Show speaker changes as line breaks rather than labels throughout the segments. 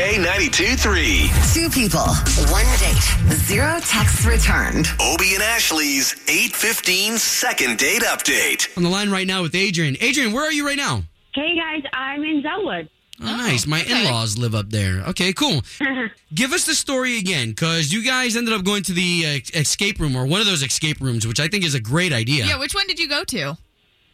K92 3.
Two people, one date, zero texts returned.
Obie and Ashley's 815 second date update.
on the line right now with Adrian. Adrian, where are you right now?
Hey guys, I'm in Zelwood.
Oh, nice. My in-laws live up there. Okay, cool. Give us the story again, because you guys ended up going to the uh, ex- escape room or one of those escape rooms, which I think is a great idea.
Yeah, which one did you go to?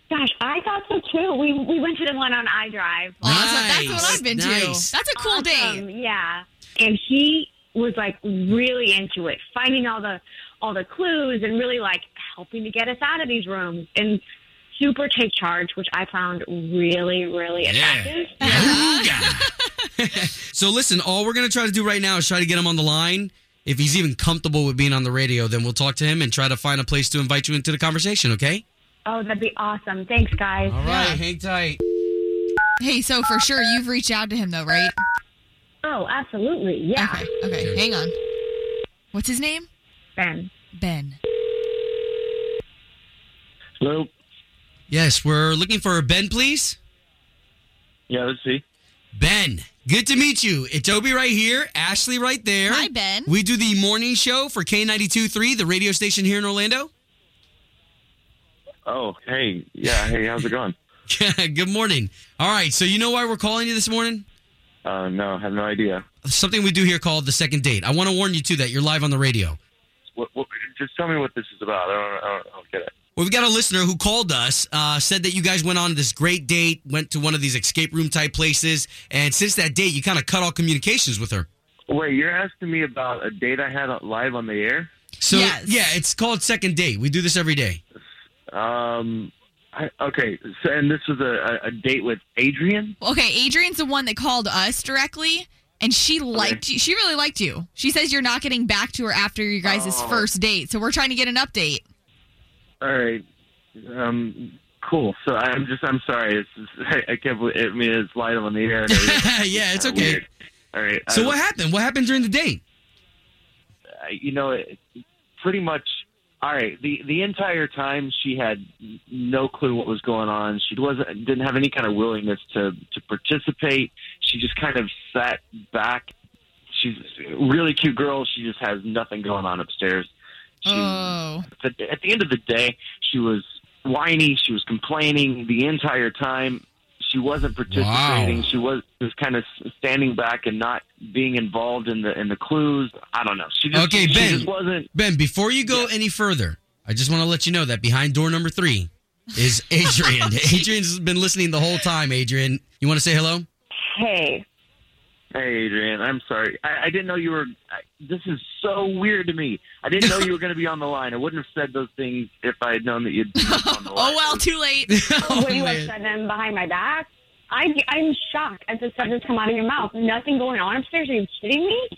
Gosh, I thought so too. We we went to the one on iDrive.
Awesome. That's what I've been
nice.
to. That's a cool
Awesome,
date.
Yeah. And he was like really into it, finding all the all the clues and really like helping to get us out of these rooms and super take charge, which I found really, really attractive.
So listen, all we're gonna try to do right now is try to get him on the line. If he's even comfortable with being on the radio, then we'll talk to him and try to find a place to invite you into the conversation. Okay?
Oh, that'd be awesome. Thanks, guys.
All right. Hang tight.
Hey, so for sure you've reached out to him though, right?
Oh, absolutely. Yeah.
Okay. Okay. Hang on. What's his name?
Ben.
Ben.
Hello.
Yes, we're looking for Ben, please.
Yeah, this is he.
Ben, good to meet you. It's Obi right here, Ashley right there.
Hi, Ben.
We do the morning show for K92 3, the radio station here in Orlando.
Oh, hey. Yeah, hey, how's it going?
good morning. All right, so you know why we're calling you this morning?
Uh, no, I have no idea.
Something we do here called the second date. I want to warn you, too, that you're live on the radio.
What, what, just tell me what this is about. I don't, I don't, I don't get it.
We've got a listener who called us, uh, said that you guys went on this great date, went to one of these escape room type places, and since that date, you kind of cut all communications with her.
Wait, you're asking me about a date I had live on the air?
So,
Yes.
yeah, it's called second date. We do this every day.
Um, I, okay. So, and this was a, a, a date with Adrian.
Okay, Adrian's the one that called us directly, and she liked you. She really liked you. She says you're not getting back to her after you guys' first date, so we're trying to get an update.
All right. Um, cool. So I'm just, I'm sorry. It's, it's, I can't believe. I mean, it's live on the air. And everything. Uh,
yeah, it's okay.
Weird. All right.
So,
I-
what happened? What happened during the date?
I- you know, it, pretty much. All right, the the entire time she had no clue what was going on. She wasn't didn't have any kind of willingness to to participate. She just kind of sat back. She's a really cute girl. She just has nothing going on upstairs. She,
Oh.
but at the end of the day, she was whiny. She was complaining the entire time. She wasn't participating.
Wow.
She was she was kind of standing back and not being involved in the in the clues. I don't know. She just,
Okay,
she
Ben.
just wasn't.
Ben, before you go any further, I just want to let you know that behind door number three is Adrian. Adrian's been listening the whole time, Adrian. You want to say hello?
Hey.
Hey, Adrian, I'm sorry. I, I didn't know you were. I, this is so weird to me. I didn't know you were going to be on the line. I wouldn't have said those things if I had known that you'd be on the line.
Oh well, too late.
Oh,
when you
man.
upset him behind my back. I, I'm shocked at the sentence come out of your mouth. Nothing going on upstairs. Are you kidding me?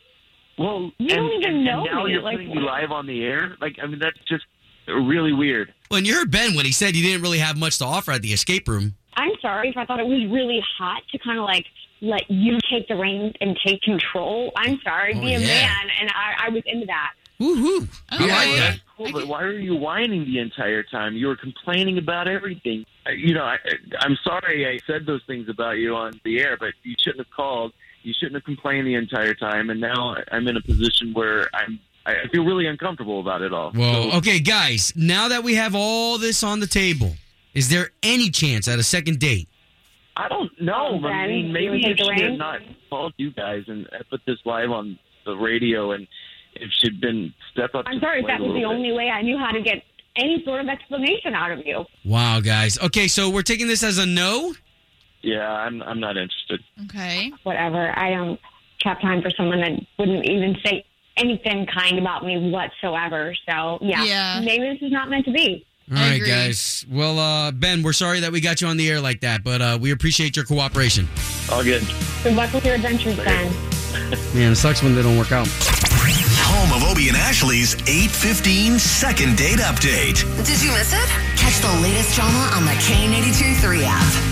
Well,
You don't
and-
even
and,
know
and now
me,
you're
like-
putting me live on the air. Like, I mean, that's just really weird.
When you heard Ben, when he said he didn't really have much to offer at the escape room,
I'm sorry if I thought it was really hot to kind of like let you take the reins and take control. I'm sorry,
Oh,
be a
yeah.
man, and I, I was into that.
woohoo! I like
Okay.
that.
Cool, but why were you whining the entire time? You were complaining about everything. I- You know, I, I- I'm sorry I said those things about you on the air, but you shouldn't have called. You shouldn't have complained the entire time. And now I'm in a position where I'm. I I feel really uncomfortable about it all.
Whoa. Okay, guys. Now that we have all this on the table, is there any chance at a second date?
I don't know.
Oh,
I
Ben,
mean,
you
maybe
take
if
the
she had
reins?
not called you guys and I put this live on the radio, and if she'd been step up.
I'm
to
sorry if
plate
that
a
was the
little bit.
only way I knew how to get any sort of explanation out of you.
Wow, guys. Okay, so we're taking this as a no.
Yeah, I'm. I'm not interested.
Okay.
Whatever. I don't have time for someone that wouldn't even say anything kind about me whatsoever. So yeah,
Yeah.
maybe this is not meant to be.
All
I
right,
agree.
guys. Well, uh, Ben, we're sorry that we got you on the air like that, but uh, we appreciate your cooperation.
All good.
Good luck with your adventures, Ben.
Man, it sucks when they don't work out.
Home of Obie and Ashley's 815 second date update.
Did you miss it? Catch the latest drama on the K82 3 app.